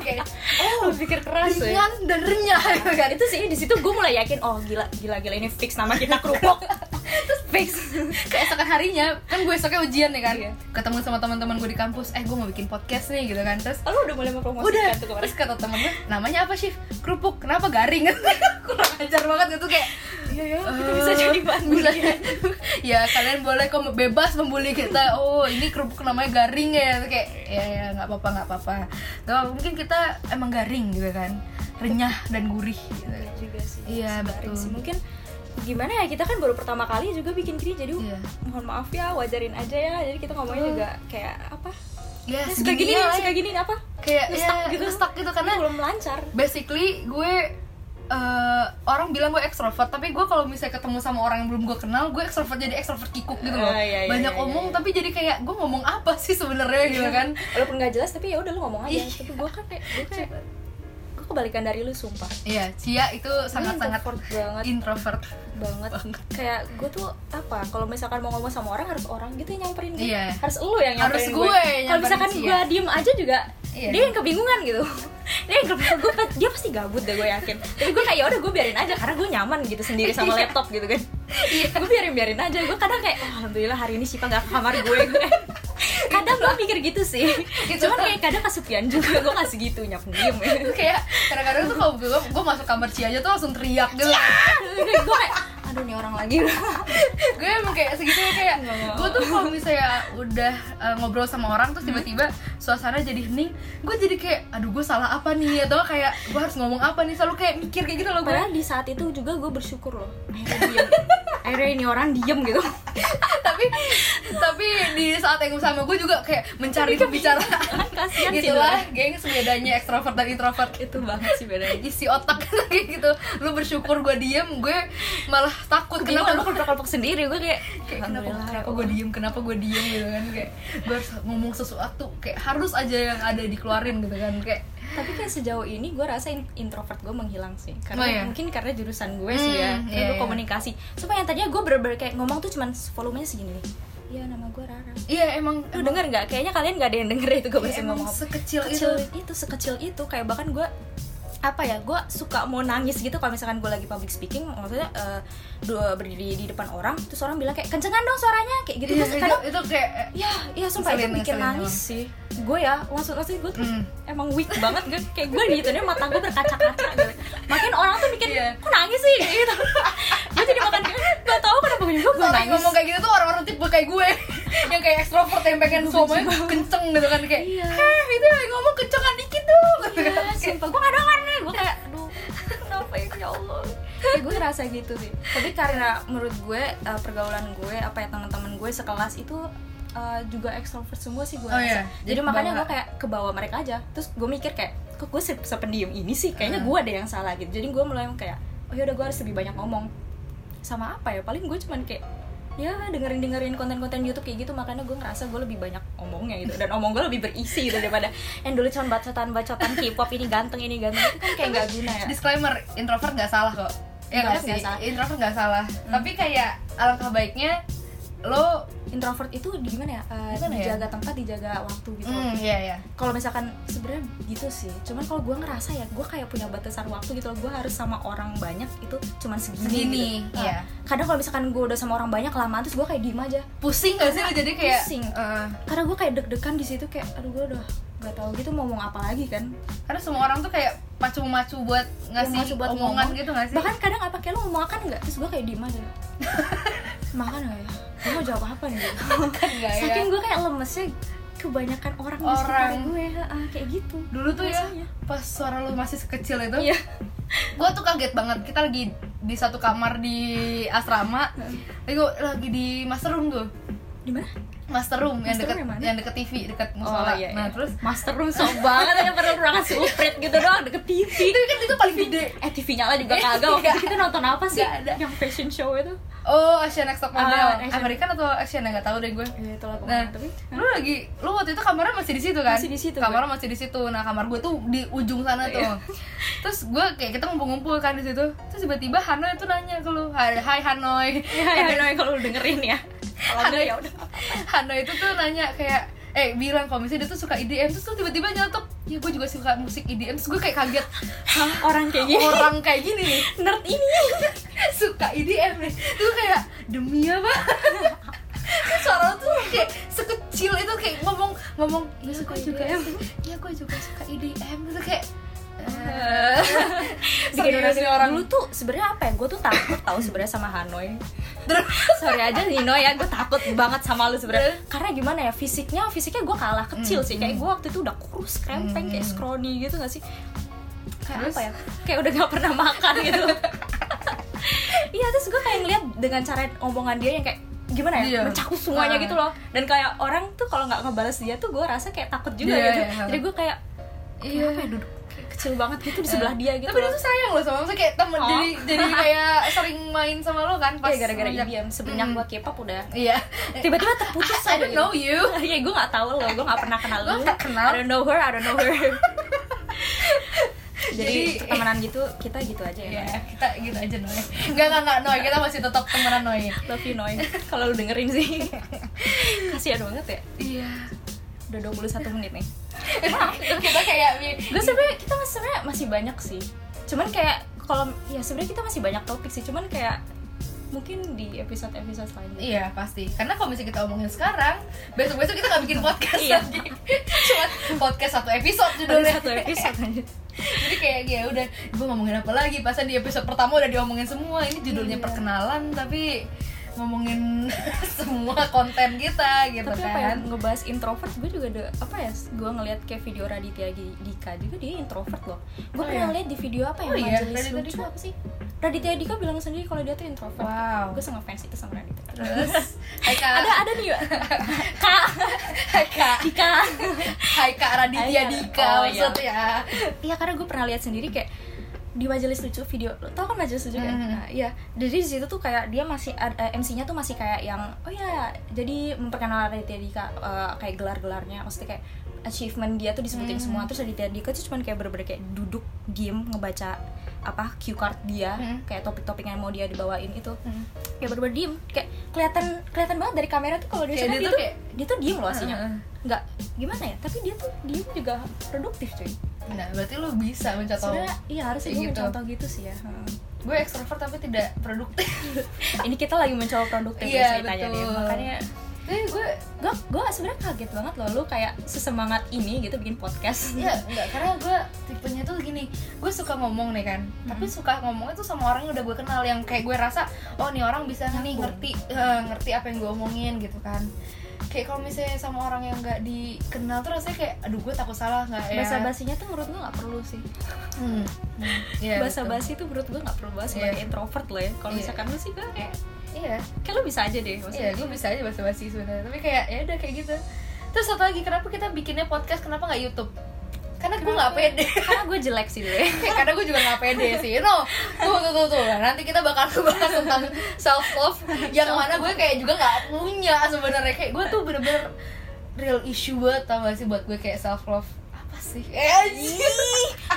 S2: kayak
S3: oh pikir keras ya
S2: ringan dan renyah gitu kan
S3: kan itu sih di situ gue mulai yakin oh gila gila gila ini fix nama kita kerupuk
S2: terus fix keesokan harinya kan gue esoknya ujian nih kan
S3: Iya.
S2: ketemu sama teman-teman gue di kampus eh gue mau bikin podcast nih gitu kan terus
S3: oh, lu udah mulai mempromosikan
S2: udah
S3: tuh kemarin
S2: terus kata temen gue namanya apa sih kerupuk kenapa garing kurang ajar banget gitu kayak
S3: iya ya
S2: itu
S3: kita bisa jadi bahan bulian
S2: Eh, ya kalian boleh kok bebas membuli kita oh ini kerupuk namanya garing ya kayak ya ya nggak apa-apa nggak apa-apa Nggak apa-apa, mungkin kita emang garing gitu kan renyah dan gurih gitu.
S3: Iya juga sih
S2: Iya,
S3: Sebaring
S2: betul.
S3: sih. mungkin gimana ya kita kan baru pertama kali juga bikin gini jadi
S2: Iya.
S3: mohon maaf ya wajarin aja ya jadi kita ngomongnya
S2: Betul.
S3: juga kayak apa
S2: ya
S3: ya, suka
S2: segini
S3: gini
S2: lah
S3: suka
S2: ya.
S3: gini apa
S2: kayak ya,
S3: Ngestak gitu.
S2: ngestak gitu karena
S3: belum lancar
S2: basically gue eh, orang bilang gue ekstrovert tapi gue kalau misalnya ketemu sama orang yang belum gue kenal gue ekstrovert jadi ekstrovert kikuk gitu loh
S3: Ah, iya, iya,
S2: banyak
S3: iya,
S2: omong
S3: iya.
S2: tapi jadi kayak gue ngomong apa sih sebenarnya gitu kan
S3: walaupun nggak jelas tapi ya udah lu ngomong aja
S2: Iya.
S3: tapi gue kan kayak gue kayak gue kebalikan dari lu sumpah
S2: iya Cia itu sangat-sangat
S3: introvert banget.
S2: introvert
S3: banget kayak gue tuh apa kalau misalkan mau ngomong sama orang harus orang gitu yang nyamperin gue
S2: Iya.
S3: harus lu yang nyamperin
S2: Harus gue yang
S3: kalau
S2: nyamperin
S3: misalkan
S2: sih,
S3: gue
S2: ya.
S3: diem aja juga
S2: Iya.
S3: dia yang kebingungan gitu dia yang kebingungan gue dia pasti gabut deh gue yakin tapi gue kayak "Ya udah gue biarin aja karena gue nyaman gitu sendiri sama
S2: Iya.
S3: laptop gitu kan gue biarin biarin aja gue kadang kayak "Wah, alhamdulillah hari ini Sipa gak ke kamar gue gue kadang gue mikir gitu sih
S2: Gitu.
S3: cuman kayak kadang kesepian juga gue nggak segitunya pendiam ya
S2: itu kayak kadang-kadang tuh kalau gue gue masuk kamar Cia aja tuh langsung teriak gitu
S3: gue kayak aduh nih orang lagi
S2: gue emang kayak segitunya kayak
S3: Nggak mau.
S2: gue tuh kalau misalnya udah uh, ngobrol sama orang terus
S3: Hmm.
S2: tiba-tiba suasana jadi hening gue jadi kayak aduh gue salah apa nih atau kayak gue harus ngomong apa nih selalu kayak mikir kayak gitu loh gue
S3: Padahal di saat itu juga gue bersyukur loh Akhirnya diem Akhirnya ini orang diem gitu
S2: tapi tapi di saat yang sama gue juga kayak mencari pembicaraan
S3: Kasian kan Iya sih
S2: gitu lah gengs bedanya ekstrovert dan introvert
S3: Itu banget sih bedanya
S2: isi otak kayak gitu lu bersyukur gue diem gue malah takut
S3: Kenapa
S2: kenapa
S3: lu kelompok-kelompok sendiri gue Iya. kayak
S2: kayak kenapa
S3: ya
S2: kenapa gue diem kenapa gue diem gitu kan kayak gue harus ngomong sesuatu kayak harus aja yang ada dikeluarin gitu kan kayak
S3: Tapi kayak sejauh ini gue rasa in- introvert gue menghilang sih Karena
S2: Oh, iya.
S3: mungkin karena jurusan gue sih ya
S2: Hmm,
S3: Karena
S2: iya,
S3: gue
S2: iya.
S3: komunikasi Supaya yang tadinya gue bener-bener kayak ngomong tuh cuman volumenya segini nih Iya nama gue Rara
S2: iya emang
S3: Lu denger gak? Kayaknya kalian gak ada yang denger itu gue
S2: emang,
S3: bisa
S2: emang
S3: ngomong apa
S2: sekecil,
S3: kecil gitu.
S2: itu
S3: itu sekecil itu kayak bahkan gue apa ya gue suka mau nangis gitu kalau misalkan gue lagi public speaking maksudnya eh, dua berdiri di depan orang terus orang bilang kayak kencengan dong suaranya kayak gitu
S2: Iya,
S3: terus
S2: itu,
S3: kadang
S2: itu kayak
S3: ya ya sumpah itu
S2: Ngeselin,
S3: bikin
S2: ngeselin
S3: nangis sih gue ya maksud maksud gue tuh
S2: Hmm.
S3: emang weak banget gue kayak gue gitu nih mata gue berkaca-kaca gitu. makin orang tuh mikir
S2: Iya.
S3: kok nangis sih gitu gue jadi makan gak tau kenapa juga gue
S2: Soalnya
S3: nangis
S2: ngomong kayak gitu tuh orang-orang tipe kayak gue Yang kayak ekstrovert yang pengen suaranya kenceng gitu kan Kayak,
S3: Iya.
S2: heh itu yang ngomong kencengan dikit dong gitu kan.
S3: Iya, sumpah gue kadang nih gue kayak aduh kenapa ya ya Allah ya, gue ngerasa gitu sih tapi karena menurut gue uh, pergaulan gue apa ya teman-teman gue sekelas itu uh, juga ekstrovert semua sih gue
S2: Oh, iya.
S3: rasa. jadi
S2: Jadi
S3: makanya
S2: kebawa.
S3: gue kayak ke bawah mereka aja terus gue mikir kayak kok gue se- sependiam ini sih kayaknya
S2: Hmm.
S3: gue ada yang salah gitu jadi gue mulai kayak oh yaudah gue harus lebih banyak ngomong sama apa ya paling gue cuman kayak ya dengerin dengerin konten-konten YouTube kayak gitu makanya gue ngerasa gue lebih banyak omongnya gitu dan omong gue lebih berisi gitu daripada yang dulu cuma bacotan bacotan K-pop ini ganteng ini ganteng itu kan kayak nggak guna ya
S2: Disclaimer, introvert gak salah kok Ya
S3: Nggak,
S2: gak sih,
S3: nggak salah. Hmm.
S2: introvert gak salah Tapi kayak alangkah baiknya lo
S3: introvert itu di- gimana ya Eh,
S2: Gimana ya?
S3: dijaga tempat dijaga waktu gitu
S2: Hmm, iya iya
S3: kalau misalkan sebenarnya gitu sih cuman kalau gue ngerasa ya gue kayak punya batasan waktu gitu loh gue harus sama orang banyak itu cuman segini,
S2: Segini,
S3: gitu. Nah,
S2: iya.
S3: kadang kalau misalkan gue udah sama orang banyak kelamaan terus gue kayak diem aja
S2: Pusing gak sih lo jadi kayak
S3: Pusing.
S2: eh,
S3: karena gue kayak deg-degan di situ kayak aduh gue udah nggak tahu gitu mau ngomong apa lagi kan
S2: Karena semua orang tuh kayak pacu-macu buat ngasih
S3: Iya, Macu buat
S2: omongan
S3: ngomong.
S2: gitu gak sih?
S3: bahkan kadang apa kayak lo mau makan nggak terus gue kayak diem aja makan nggak ya gue mau jawab apa nih
S2: Bahkan gak ya
S3: saking gue kayak lemesnya kebanyakan orang, di
S2: Orang.
S3: sekitar gue heeh, kayak gitu
S2: dulu tuh ya
S3: Rasanya.
S2: pas suara lu masih sekecil itu
S3: iya
S2: gue tuh kaget banget kita lagi di satu kamar di asrama lagi gua lagi di master room tuh
S3: di mana
S2: master room yang
S3: Master
S2: deket
S3: room yang mana? Oh,
S2: yang deket TV deket musola nah terus
S3: iya, master room sok banget ya pernah ruangan supret gitu doang deket TV
S2: itu kan itu paling gede
S3: eh TV nyala juga
S2: Eh,
S3: kagak waktu
S2: nggak.
S3: itu kita nonton apa sih
S2: Nggak ada.
S3: yang fashion show itu
S2: oh Asian Next Top Model
S3: Ah, Asian.
S2: American atau Asian nggak tahu deh gue
S3: ya, itu lah
S2: Nah,
S3: pokoknya. tapi
S2: lu lagi, lu waktu itu kamarnya masih di situ kan?
S3: Masih di situ,
S2: Kamar masih di situ. Nah, kamar gue tuh di ujung sana tuh.
S3: Iya.
S2: Terus gue kayak kita ngumpul-ngumpul kan di situ. Terus tiba-tiba Hanoi tuh nanya ke lu, "Hai hai Hanoi."
S3: ya, ya, ya, kalau lu dengerin ya kalau enggak ya udah
S2: Hanoi itu tuh nanya kayak eh bilang kalau misalnya dia tuh suka EDM terus lu tiba-tiba nyeletuk ya gue juga suka musik EDM terus gue kayak kaget hah
S3: orang kayak gini
S2: orang kayak gini nih
S3: Oh. nerd ini
S2: suka EDM nih tuh kayak demi apa Kan suara lu tuh kayak sekecil itu kayak ngomong ngomong ya
S3: Iya, suka Iya,
S2: gue juga
S3: EDM."
S2: ya gue juga suka
S3: E
S2: EDM itu kayak eh,
S3: bikin orang
S2: serius nih orang
S3: dulu tuh sebenarnya apa ya gue tuh takut tahu sebenarnya sama Hanoi
S2: terus
S3: sorry aja Nino ya gue takut banget sama lu sebenarnya karena gimana ya fisiknya fisiknya gue kalah kecil sih
S2: Hmm,
S3: kayak gue waktu itu udah kurus krempeng kayak scrawny gitu gak sih kayak
S2: Terus?
S3: apa ya kayak udah gak pernah makan gitu iya terus gue kayak ngeliat dengan cara omongan dia yang kayak gimana ya
S2: Iya.
S3: mencakup semuanya
S2: Ah.
S3: gitu loh dan kayak orang tuh kalau nggak ngebales dia tuh gue rasa kayak takut juga
S2: Iya,
S3: gitu
S2: iya.
S3: jadi gue kayak
S2: iya
S3: apa ya duduk kayak kecil banget gitu di sebelah dia gitu
S2: Eh, tapi dia
S3: loh.
S2: tuh sayang loh sama maksudnya kayak temen
S3: Oh.
S2: jadi jadi kayak sering main sama lo kan pas
S3: Iya, gara-gara
S2: semenjak- Hmm.
S3: IBM semenjak gue K-pop udah
S2: iya
S3: tiba-tiba terputus
S2: I
S3: aja
S2: don't
S3: gitu.
S2: know you
S3: Iya, gue gak tau lo, gue gak pernah kenal lo
S2: Gua nggak kenal.
S3: I don't know her, I don't know her Jadi,
S2: Jadi-
S3: pertemanan gitu, kita gitu aja ya
S2: Iya,
S3: Noy.
S2: kita gitu aja Noy Enggak, enggak, enggak, Noy, kita masih tetap temenan Noy
S3: Love you Noy, kalau lu dengerin sih Kasian banget ya,
S2: Iya
S3: udah 21 menit nih
S2: Kita kayak
S3: Gue sebenernya, kita mas- sebenarnya masih banyak sih Cuman kayak, kalau ya sebenarnya kita masih banyak topik sih Cuman kayak, mungkin di episode-episode selanjutnya
S2: Iya pasti, karena kalau misalnya kita omongin sekarang Besok-besok kita gak bikin podcast
S3: Iya.
S2: lagi Cuma podcast satu episode
S3: Ada
S2: judulnya
S3: satu episode lanjut
S2: Jadi kayak ya udah, gue ngomongin apa lagi Pasan di episode pertama udah diomongin semua Ini judulnya
S3: Iya.
S2: perkenalan, tapi ngomongin semua konten kita gitu
S3: tapi apa ya
S2: kan
S3: ngebahas introvert gue juga ada apa ya gue ngeliat kayak video Raditya Gi- Dika juga dia introvert loh gue
S2: Oh,
S3: pernah
S2: iya?
S3: liat di video apa ya
S2: Oh, iya?
S3: majelis
S2: Raditya
S3: lucu
S2: Dika?
S3: apa sih Raditya Dika bilang sendiri kalau dia tuh introvert
S2: Wow.
S3: gue sangat fans itu sama Raditya
S2: Terus, hai kak,
S3: ada ada nih Wak. kak
S2: hai kak,
S3: Dika
S2: hai kak Raditya
S3: Hai, Kak. Oh,
S2: Dika
S3: iya.
S2: maksudnya
S3: iya karena gue pernah lihat sendiri kayak di majelis lucu video lo tau kan majelis lucu kan
S2: Mhm.
S3: Nah, iya jadi di situ tuh kayak dia masih ada- MC-nya tuh masih kayak yang oh ya jadi memperkenalkan Raditya Dika eh, kayak gelar-gelarnya maksudnya kayak achievement dia tuh disebutin
S2: Mhm.
S3: semua terus Raditya Dika tuh cuman kayak bener-bener kayak duduk diem ngebaca apa cue card dia
S2: Mhm.
S3: kayak topik-topik yang mau dia dibawain itu kayak bener-bener diem kayak kelihatan kelihatan banget dari kamera tuh kalau dia
S2: Kayak
S3: suka
S2: dia
S3: dia,
S2: tuh
S3: tuh
S2: kayak- Mm-hmm.
S3: dia tuh diem loh aslinya
S2: Heeh.
S3: nggak gimana ya tapi dia tuh diem juga produktif cuy
S2: Nah, berarti lu bisa mencontoh
S3: sebenarnya iya harus
S2: Kayak
S3: gue
S2: gitu. Hmm.
S3: mencontoh gitu sih ya Heeh.
S2: Gue ekstrovert tapi tidak produktif
S3: ini kita lagi mencoba produktif
S2: Iya,
S3: ya ceritanya
S2: betul.
S3: nih makanya Eh,
S2: Tapi gue,
S3: gue gue sebenarnya kaget banget loh lu kayak sesemangat ini gitu bikin podcast
S2: ya enggak, karena gue tipenya tuh gini Gue suka ngomong nih kan Tapi suka ngomongnya tuh sama orang yang udah gue kenal Yang kayak gue rasa, oh nih orang bisa nih
S3: Nyambung.
S2: ngerti eh, Ngerti apa yang gue omongin gitu kan Kayak kalau misalnya sama orang yang nggak dikenal tuh rasanya kayak Aduh gue takut salah nggak ya
S3: bahasa basinya tuh menurut gue nggak perlu sih
S2: Hmm. Hmm. Iya,
S3: bahasa
S2: betul.
S3: basi tuh menurut gue nggak perlu banget sebagai
S2: Iya.
S3: introvert loh ya kalau
S2: Iya.
S3: misalkan lu sih gue kayak
S2: Iya
S3: kayak lu bisa aja deh maksudnya
S2: Iya, gue bisa aja bahasa basi sebenarnya. Tapi kayak ya udah kayak gitu. Terus satu lagi, kenapa kita bikinnya podcast? Kenapa nggak YouTube? Karena gue nggak pede.
S3: karena gue jelek sih dulu ya
S2: Karena gue juga nggak pede sih. No, tuh tuh tuh tuh. Nah, Nanti kita bakal bahas tentang self love yang mana gue kayak juga nggak punya sebenarnya. Kayak gue tuh bener-bener real issue banget tau gak sih buat gue kayak self love apa sih? Eh, anjir.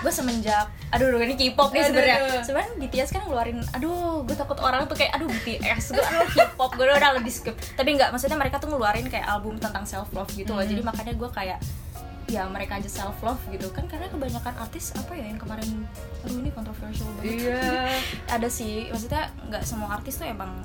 S3: gue semenjak aduh aduh, ini K-pop nih
S2: Aduh,
S3: sebenarnya
S2: aduh.
S3: sebenarnya BTS kan ngeluarin aduh gue takut orang tuh kayak aduh BTS gue aduh K-pop gue udah lebih skip tapi nggak maksudnya mereka tuh ngeluarin kayak album tentang self love gitu loh
S2: Mhm.
S3: jadi makanya gue kayak ya mereka aja self love gitu kan karena kebanyakan artis apa ya yang kemarin aduh ini kontroversial banget
S2: Iya.
S3: ada sih maksudnya nggak semua artis tuh emang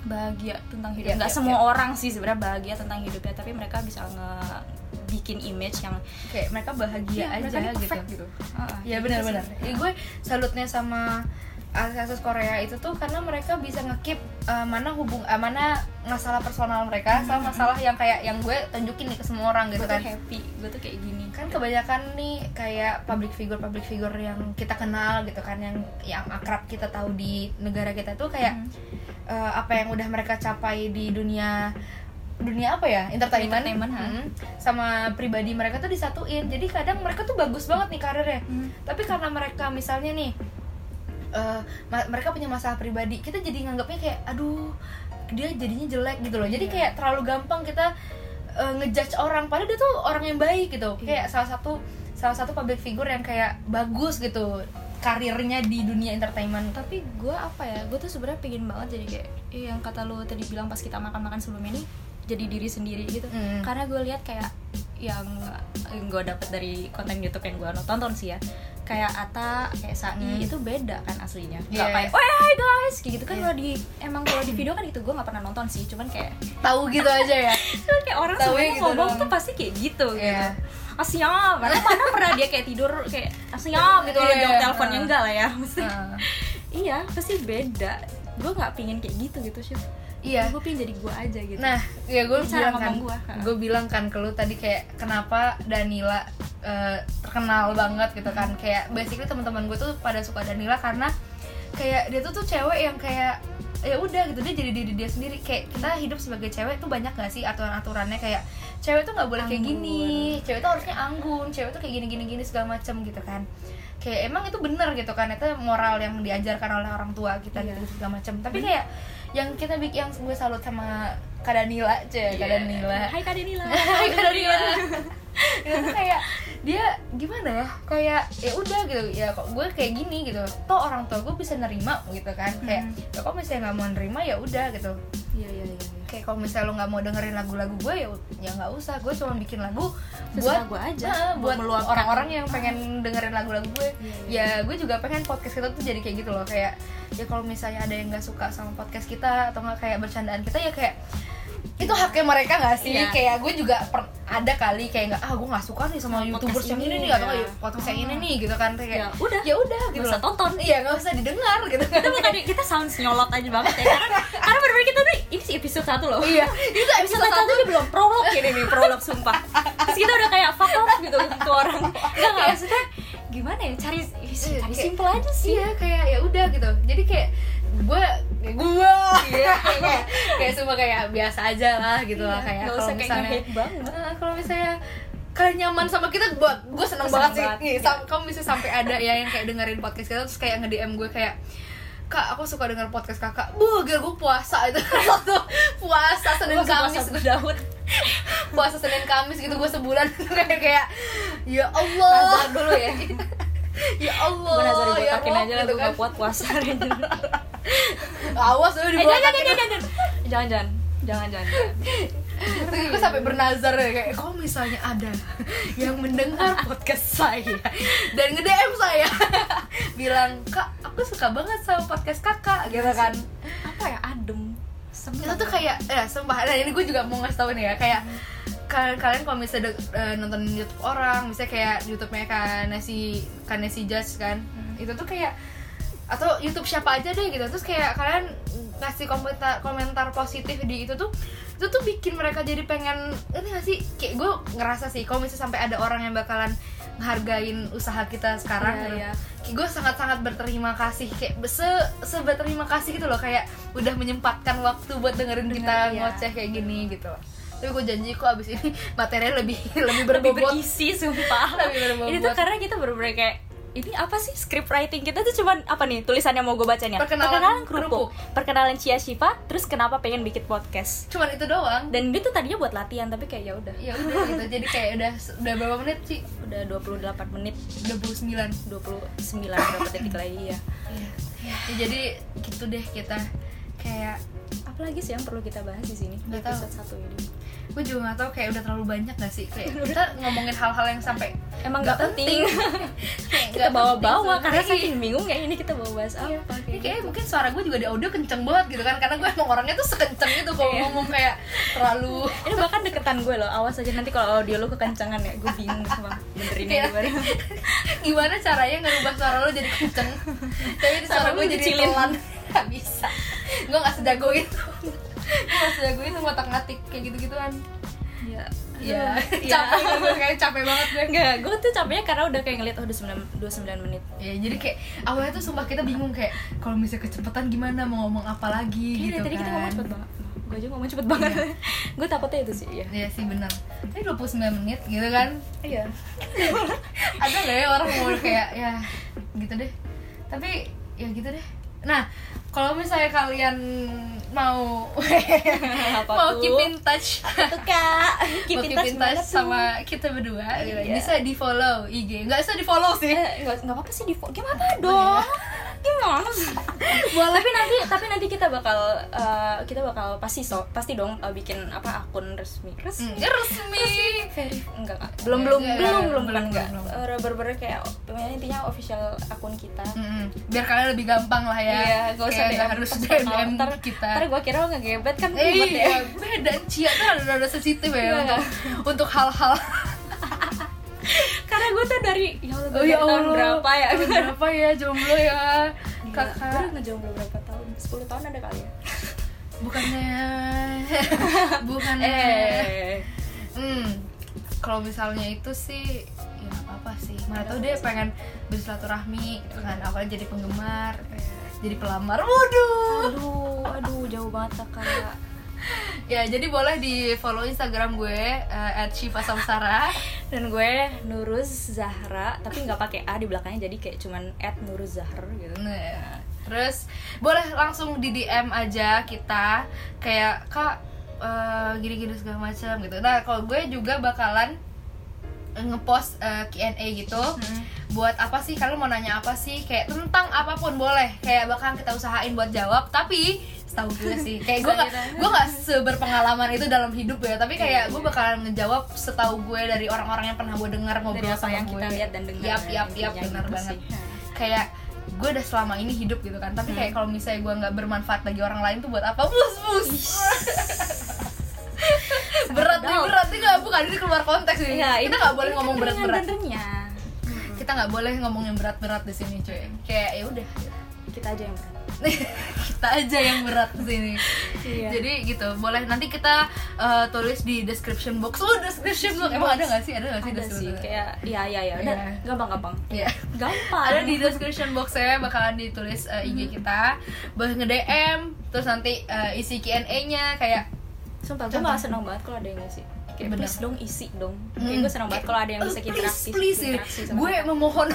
S3: bahagia tentang hidup
S2: Iya,
S3: nggak
S2: iya,
S3: semua
S2: iya.
S3: orang sih sebenarnya bahagia tentang hidupnya tapi mereka bisa ngebikin image yang
S2: Kayak mereka bahagia
S3: Iya,
S2: aja
S3: mereka ini
S2: gitu.
S3: perfect gitu. Ah, ah, gitu
S2: Ya
S3: sih.
S2: benar-benar. Ya, gue salutnya sama akses Korea itu tuh karena mereka bisa ngekip eh, mana hubung eh, mana masalah personal mereka sama masalah yang kayak yang gue tunjukin nih ke semua orang gitu
S3: gue
S2: kan
S3: tuh happy gue tuh kayak gini
S2: kan kebanyakan nih kayak public figure public figure yang kita kenal gitu kan yang yang akrab kita tahu di negara kita tuh kayak
S3: Mhm.
S2: eh, apa yang udah mereka capai di dunia dunia apa ya entertainment,
S3: Entertainment, ha.
S2: Mhm. sama pribadi mereka tuh disatuin jadi kadang mereka tuh bagus banget nih karirnya
S3: Hmm.
S2: tapi karena mereka misalnya nih eh, ma- mereka punya masalah pribadi kita jadi nganggapnya kayak aduh dia jadinya jelek gitu loh jadi
S3: Iya.
S2: kayak terlalu gampang kita eh, ngejudge orang padahal dia tuh orang yang baik gitu
S3: Iya.
S2: kayak salah satu salah satu public figure yang kayak bagus gitu karirnya di dunia entertainment
S3: tapi gue apa ya gue tuh sebenarnya pingin banget jadi kayak eh, yang kata lu tadi bilang pas kita makan-makan sebelum ini jadi diri sendiri gitu
S2: Mm.
S3: karena gue lihat kayak yang gue dapet dari konten YouTube yang gue nonton sih ya kayak Ata kayak Sani
S2: Mm.
S3: itu beda kan aslinya nggak
S2: Yes.
S3: kayak wah hai guys kayak gitu kan
S2: Yes.
S3: kalau di emang kalau di video kan gitu gue nggak pernah nonton sih cuman kayak
S2: tahu gitu aja ya
S3: cuman kayak orang
S2: Taunya
S3: sebenarnya
S2: gitu
S3: ngomong
S2: doang.
S3: tuh pasti kayak gitu gitu
S2: Iya.
S3: Asyam, mana mana pernah dia kayak tidur kayak asyam gitu loh
S2: Iya,
S3: jawab
S2: iya.
S3: teleponnya enggak lah ya mesti
S2: Nah,
S3: iya pasti beda gue nggak pingin kayak gitu gitu sih
S2: iya
S3: gue pingin jadi gue aja gitu
S2: Nah, ya gue
S3: Ini cara
S2: bilang kan,
S3: ngomong gua.
S2: gue bilang kan ke lu tadi kayak kenapa Danila eh, terkenal banget gitu kan,
S3: Hmm.
S2: kayak basically teman-teman gue tuh pada suka Danila karena kayak dia tuh tuh cewek yang kayak ya udah gitu dia jadi diri dia sendiri kayak kita hidup sebagai cewek tuh banyak gak sih aturan aturannya kayak cewek tuh nggak boleh kayak
S3: Anggun.
S2: gini cewek tuh harusnya anggun cewek tuh kayak gini gini gini segala macem gitu kan kayak emang itu bener gitu kan itu moral yang diajarkan oleh orang tua kita
S3: Iya.
S2: gitu segala macem tapi kayak yang kita bikin yang gue salut sama Kak Danila
S3: Iya.
S2: aja Kak Danila
S3: Hai Kak Danila Iya,
S2: Hai Kak Danila itu tuh kayak dia gimana ya kayak ya udah gitu ya kok gue kayak gini gitu toh orang tua gue bisa nerima gitu kan kayak
S3: Hmm.
S2: ya kok misalnya nggak mau nerima ya udah gitu
S3: Iya iya iya
S2: kayak kalau misalnya lo nggak mau dengerin lagu-lagu gue ya ya nggak usah gue cuma bikin lagu
S3: Sesuka
S2: buat
S3: gue aja,
S2: Heeh,
S3: buat
S2: buat
S3: meluapkan.
S2: orang-orang yang pengen dengerin lagu-lagu gue
S3: Iya,
S2: ya gue juga pengen podcast kita tuh jadi kayak gitu loh kayak ya kalau misalnya ada yang nggak suka sama podcast kita atau nggak kayak bercandaan kita ya kayak itu haknya mereka nggak sih
S3: Iya.
S2: kayak gue juga per- ada kali kayak nggak ah gue nggak suka nih sama
S3: Sama
S2: youtubers
S3: podcast
S2: yang
S3: ini,
S2: ini nih atau
S3: ya.
S2: nggak podcast yang ini
S3: Ah.
S2: nih gitu kan
S3: ya
S2: kayak
S3: udah
S2: ya udah gitu
S3: Nggak usah
S2: loh.
S3: tonton.
S2: iya nggak usah didengar gitu kan
S3: kita bukan kita sounds nyolot aja banget ya karena karena benar kita tuh ini sih episode satu loh
S2: iya itu episode
S3: episode satu
S2: satu
S3: ini belum prolog ini nih prolog sumpah terus kita udah kayak fuck off gitu untuk orang nggak nggak maksudnya gimana ya cari cari
S2: Iya, Kayak-
S3: simple aja sih
S2: iya kayak ya udah gitu jadi kayak gue gue kayak kayak semua kayak biasa aja lah gitu lah
S3: Iya,
S2: kayak
S3: nggak
S2: kalau
S3: usah kayak
S2: misalnya-
S3: hate banget
S2: Eh, kalau misalnya kalian nyaman sama kita buat gue seneng
S3: Gua seneng
S2: banget sih
S3: banget,
S2: Nih,
S3: iya.
S2: sam- kamu bisa sampai ada ya yang kayak dengerin podcast kita terus kayak nge DM gue kayak kak aku suka denger podcast kakak buh gila gue puasa itu waktu puasa senin kamis
S3: gue Daud
S2: puasa senin kamis gitu gue sebulan kayak kayak ya
S3: nazar
S2: allah
S3: dulu ya
S2: ya allah
S3: gue nazar
S2: ya
S3: dibotakin
S2: Rob,
S3: aja lah
S2: gitu
S3: gue
S2: kan.
S3: gak kuat puasa
S2: awas lu
S3: Eh, jangan,
S2: dibotakin
S3: jangan, jangan, jangan, jangan, jangan, jangan,
S2: Terus gue sampai bernazar ya kayak kalau misalnya ada yang mendengar podcast saya dan nge-DM saya bilang kak aku suka banget sama podcast kakak gitu kan
S3: apa ya adem, semen. Iya,
S2: itu tuh kayak eh, sumpah nah ini gue juga mau ngasih tau nih ya kayak kalian kalian kalau misalnya de- eh, nonton YouTube orang misalnya kayak YouTube-nya kan si kan si Judge kan
S3: Hmm.
S2: itu tuh kayak atau YouTube siapa aja deh gitu terus kayak kalian ngasih komentar komentar positif di itu tuh itu tuh bikin mereka jadi pengen ini nggak sih kayak gue ngerasa sih kalau misalnya sampai ada orang yang bakalan ngehargain usaha kita sekarang
S3: Iya,
S2: gitu,
S3: iya.
S2: kayak gue sangat sangat berterima kasih kayak se se- berterima kasih gitu loh kayak udah menyempatkan waktu buat dengerin kita
S3: Bener, iya.
S2: ngoceh kayak gini gitu loh tapi gue janji kok abis ini materinya lebih lebih
S3: lebih
S2: berbobot
S3: berisi sumpah.
S2: Lebih berbobot.
S3: Ini tuh karena kita bener-bener kayak ini apa sih script writing kita tuh cuman apa nih tulisannya mau gue bacanya
S2: Perkenalan
S3: kerupuk, perkenalan Cia Shiva terus kenapa pengen bikin podcast
S2: cuman itu doang
S3: dan itu tadinya buat latihan tapi kayak ya udah
S2: ya udah gitu jadi kayak udah udah berapa menit sih
S3: udah 28 menit
S2: udah 29
S3: 29 berapa detik lagi ya
S2: Ya, jadi gitu deh kita kayak apa
S3: apalagi sih yang perlu kita bahas di sini di
S2: Nggak tahu.
S3: episode satu ini
S2: gue juga gak tau kayak udah terlalu banyak gak sih kayak kita ngomongin hal-hal yang sampai
S3: emang nggak penting,
S2: Kayak
S3: kita
S2: nggak
S3: bawa-bawa
S2: penting
S3: karena
S2: sebenarnya.
S3: saking bingung ya ini kita bawa bahas apa
S2: Ini
S3: kayak
S2: kayaknya
S3: gitu.
S2: mungkin suara gue juga di audio kenceng banget gitu kan Karena gue emang orangnya tuh sekenceng itu kalau
S3: Iya.
S2: ngomong kayak terlalu
S3: ini bahkan deketan gue loh awas aja nanti kalau audio lo kekencangan ya gue bingung sama
S2: Iya.
S3: benerinnya gimana
S2: Gimana caranya ngerubah suara lo jadi kenceng Tapi itu suara
S3: Suara
S2: gue
S3: lu
S2: jadi
S3: dikecilin.
S2: pelan Gak bisa Gue gak sedago itu Gue gak sedago itu ngotak ngatik kayak gitu-gituan
S3: ya
S2: Iya, capek gue kayak capek banget gue
S3: Enggak, gue tuh capeknya karena udah kayak ngeliat, oh udah 9, 29 menit
S2: Ya, jadi kayak awalnya tuh sumpah kita bingung kayak kalau misalnya kecepatan gimana mau ngomong apa lagi
S3: Kayaknya dari
S2: gitu
S3: Iya, tadi
S2: kan.
S3: kita ngomong cepet banget Gue aja ngomong cepet banget Gue takutnya itu sih, ya
S2: Iya sih benar. Ini 29 menit gitu kan.
S3: Iya
S2: Ada gak ya orang mau kayak ya gitu deh. Tapi ya gitu deh. Nah, kalau misalnya kalian mau
S3: Apa
S2: mau
S3: tuh?
S2: keep in touch
S3: Tuh kak,
S2: mau keep in touch sama kita berdua gitu.
S3: Iya.
S2: bisa di follow IG nggak bisa di follow sih
S3: Enggak, Iya, apa-apa sih di Gimana dong? Gimana sih? Boleh. iya. Tapi nanti tapi nanti kita bakal eh, kita bakal pasti so, pasti dong eh, bikin apa akun resmi. Resmi.
S2: Hmm, ya resmi
S3: Verif- enggak enggak. belum belum belum
S2: Enggak, enggak,
S3: belum
S2: enggak, belum,
S3: belum enggak
S2: belum.
S3: Eh, bener-bener kayak eh, intinya official akun kita
S2: Mm-mm. Hmm, biar kalian lebih gampang lah ya
S3: Iya, gak usah
S2: Kayak nggak
S3: DM
S2: harus
S3: personal.
S2: DM
S3: Ntar-
S2: kita
S3: Ntar gue kira lo ngegebet kan
S2: Eh,
S3: ribet ya
S2: iya, gue dan Cia tuh ada-ada sensitif ya
S3: Iya.
S2: untuk, untuk hal-hal
S3: Karena gue tuh dari ya Allah, gua dari tahun berapa ya
S2: Oh,
S3: Iya.
S2: Tahun berapa ya jomblo ya
S3: Kakak
S2: Kakak
S3: ngejomblo berapa tahun? 10 tahun ada kali ya?
S2: Bukannya Bukannya
S3: Eh
S2: hmm, Kalau misalnya itu sih Ya nggak apa-apa sih Mana tau dia pengen bersilaturahmi gitu kan Awalnya jadi penggemar Jadi pelamar Waduh
S3: Aduh, aduh jauh banget kakak
S2: Ya jadi boleh di follow Instagram gue eh, At Shiva Samsara
S3: Dan gue Nuruz Zahra Tapi nggak pakai A di belakangnya jadi kayak cuman at Nuruz Zahra gitu
S2: Nah, terus boleh langsung di DM aja kita kayak kak eh, gini-gini segala macam gitu. Nah kalau gue juga bakalan ngepost eh, Q&A gitu.
S3: Mm-hmm.
S2: Buat apa sih kalian mau nanya apa sih? Kayak tentang apapun boleh. Kayak bakalan kita usahain buat jawab. Tapi setahu gue sih kayak gue gak, gue gak
S3: gitu.
S2: seberpengalaman itu dalam hidup ya tapi
S3: Iya,
S2: kayak gue bakalan ngejawab setahu gue dari orang-orang yang pernah gue dengar
S3: Dari
S2: ngobrol
S3: apa
S2: sama
S3: yang
S2: gue.
S3: kita lihat dan dengar
S2: yap yap yap
S3: intinya
S2: benar
S3: gitu
S2: banget
S3: sih.
S2: kayak gue udah selama ini hidup gitu kan tapi
S3: Hmm.
S2: kayak kalau misalnya gue nggak bermanfaat bagi orang lain tuh buat apa bus bus berat nih
S3: adult.
S2: berat nih nggak bukan ini keluar konteks nih
S3: Iya,
S2: kita
S3: ini-
S2: nggak boleh
S3: ini
S2: ngomong
S3: kan
S2: berat
S3: ringan
S2: berat
S3: dan renyah.
S2: kita nggak boleh ngomong yang berat berat di sini cuy kayak ya udah
S3: Kita aja yang berat
S2: kita aja yang berat di sini
S3: Iya.
S2: jadi gitu boleh nanti kita eh, tulis di description box oh description box emang ada nggak sih ada nggak sih
S3: Ada sih,
S2: description box?
S3: kayak iya iya iya udah
S2: Iya.
S3: gampang-gampang
S2: Iya.
S3: Gampang
S2: ada di description box saya bakalan ditulis eh, IG kita boleh nge DM terus nanti eh, isi Q&A-nya kayak
S3: Sumpah, gue malah seneng banget kalau ada yang ngisi Kayak
S2: Bener.
S3: please dong isi dong Kayak
S2: Hmm.
S3: gue seneng banget kalau ada yang bisa
S2: "Oh,
S3: kita
S2: please,
S3: interaksi
S2: please, ya.
S3: interaksi sama
S2: gue
S3: kita.
S2: memohon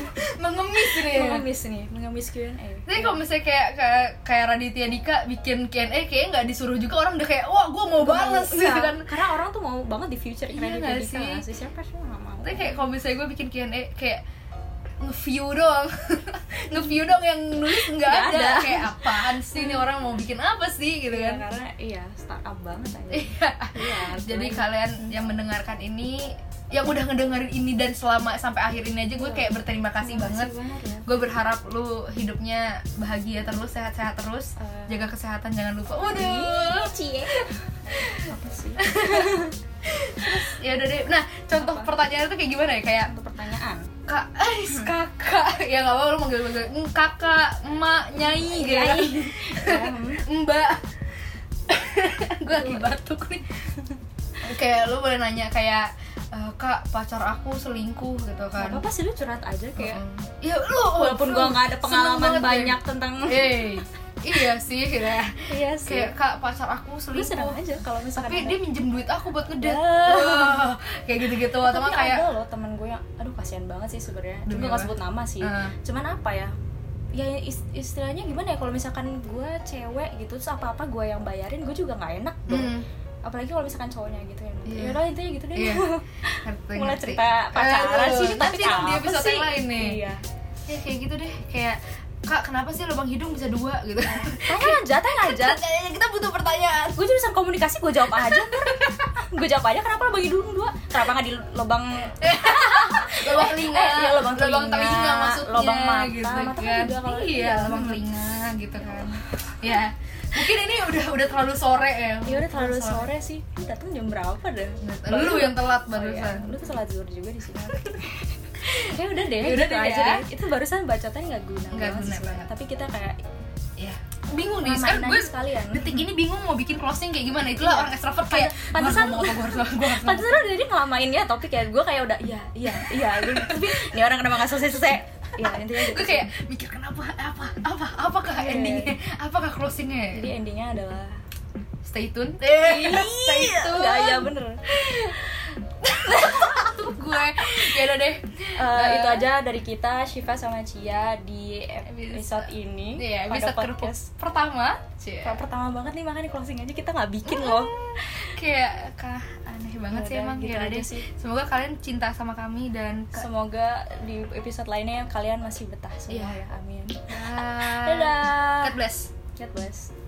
S2: mengemis ini ya.
S3: mengemis nih, mengemis Q&A
S2: Jadi kalau misalnya kayak kayak, kayak Raditya Dika bikin Q&A kayaknya nggak disuruh juga orang udah kayak wah gue mau
S3: Gua
S2: bales
S3: mau-
S2: gitu
S3: iya,
S2: kan.
S3: Karena orang tuh mau banget di future
S2: Iya
S3: kredit
S2: nggak
S3: iya sih?
S2: sih?
S3: Siapa sih yang nggak mau?
S2: Tapi kayak kalau misalnya gue bikin Q&A kayak nge-view doang nge-view doang yang nulis nggak
S3: Nggak
S2: ada.
S3: ada.
S2: kayak apaan sih ini orang mau bikin apa sih gitu
S3: Iya,
S2: kan
S3: karena iya startup banget aja.
S2: Iya.
S3: Iya.
S2: Jadi
S3: cuman-
S2: kalian yang mendengarkan ini, yang udah ngedengerin ini dan selama sampai akhir ini aja gue kayak berterima kasih
S3: Terima
S2: banget.
S3: ya.
S2: Gue berharap lu hidupnya bahagia terus, sehat-sehat terus,
S3: Eh. Iya.
S2: jaga kesehatan jangan lupa. Waduh.
S3: Cie. Apa sih?
S2: Ya udah deh. Nah, contoh
S3: Apa? Hmm.
S2: pertanyaannya tuh kayak gimana ya? Kayak
S3: Untuk pertanyaan.
S2: kak, eh kakak. Ya nggak apa lu manggil manggil kakak, emak, nyai gitu.
S3: Iya,
S2: ya. Mbak. gue lagi batuk nih. kayak lu boleh nanya kayak "Eh, kak pacar aku selingkuh gitu
S3: Gak
S2: kan.
S3: apa-apa sih lu curhat aja kayak. Oh,
S2: Mm-mm. ya lu
S3: Walaupun
S2: lu
S3: gua nggak ada
S2: seneng
S3: pengalaman
S2: banget,
S3: banyak tentang.
S2: ya. Hey, iya sih ya.
S3: Iya sih.
S2: kayak kak pacar aku
S3: Lu seneng
S2: selingkuh
S3: aja kalau misalkan.
S2: tapi
S3: ada-
S2: dia minjem duit aku buat ngedate
S3: Dah.
S2: Wah, kayak gitu-gitu atau
S3: tapi
S2: nggak kayak
S3: ada loh temen gue yang aduh kasihan banget sih sebenarnya
S2: Demi
S3: gue gak
S2: apa?
S3: sebut nama sih
S2: Eh.
S3: cuman apa ya ya is- istilahnya gimana ya kalau misalkan gue cewek gitu terus apa apa gue yang bayarin gue juga nggak enak dong
S2: Hmm,
S3: apalagi kalau misalkan cowoknya gitu ya
S2: Iya.
S3: ya udah intinya gitu deh
S2: iya ngerti,
S3: mulai
S2: ngerti.
S3: cerita pacaran
S2: Aduh,
S3: sih ini
S2: nanti
S3: tapi
S2: dong di
S3: apa
S2: episode
S3: sih
S2: yang lain nih
S3: iya
S2: ya kayak gitu deh kayak kak kenapa sih lubang hidung bisa dua gitu
S3: tanya aja tanya aja
S2: kayaknya kita butuh pertanyaan
S3: gue eh, jurusan komunikasi gue jawab aja gue jawab aja kenapa lubang hidung dua kenapa nggak di lubang
S2: Eh, lubang telinga
S3: eh, iya, lubang telinga,
S2: maksudnya
S3: lubang mata,
S2: gitu
S3: mata kan
S2: kan
S3: juga kalau- Hmm.
S2: iya lubang telinga gitu kan ya mungkin ini udah udah terlalu sore ya
S3: ya udah terlalu sore sih Lu datang jam berapa dah
S2: lu yang telat
S3: Oh iya,
S2: barusan
S3: lu tuh salat zuhur juga di sini ya udah deh
S2: Ya udah
S3: gitu
S2: deh
S3: aja
S2: ya.
S3: deh itu barusan bacotan nggak guna
S2: Nggak
S3: banget
S2: guna
S3: sih sebenarnya.
S2: banget.
S3: tapi kita kayak iya.
S2: ya bingung nih
S3: Mamain
S2: sekarang
S3: aja
S2: gue
S3: sekalian.
S2: detik ini bingung mau bikin closing kayak gimana itulah
S3: Iya.
S2: orang extrovert kayak
S3: Pantesan-
S2: "Gua harus ngomong apa, gue harus ngomong
S3: pantesan lu jadi ngelamain ya topik ya gue kayak udah iya iya iya Gua- tapi ini orang kenapa nggak selesai selesai ya intinya gitu
S2: gue kayak mikir kenapa apa apa apakah
S3: Iya.
S2: endingnya apakah
S3: sih.
S2: closingnya
S3: jadi endingnya adalah
S2: stay tune stay
S3: Iya,
S2: tune
S3: nggak ya bener
S2: tuh gue ya udah deh
S3: Eh, itu
S2: iya.
S3: aja dari kita Shiva sama Cia di episode ini
S2: Iya,
S3: pada
S2: bisa kerupuk Iya. pertama Cie.
S3: Pra- pertama banget nih makanya closing aja kita nggak bikin loh
S2: Kayak kah aneh Iya. banget sih
S3: Yaudah,
S2: emang
S3: gitu
S2: Yaudah
S3: aja
S2: deh.
S3: sih.
S2: Semoga kalian cinta sama kami dan ke-
S3: semoga di episode lainnya kalian masih betah semua
S2: Iya.
S3: ya amin
S2: Dadah.
S3: dadah
S2: God bless
S3: God bless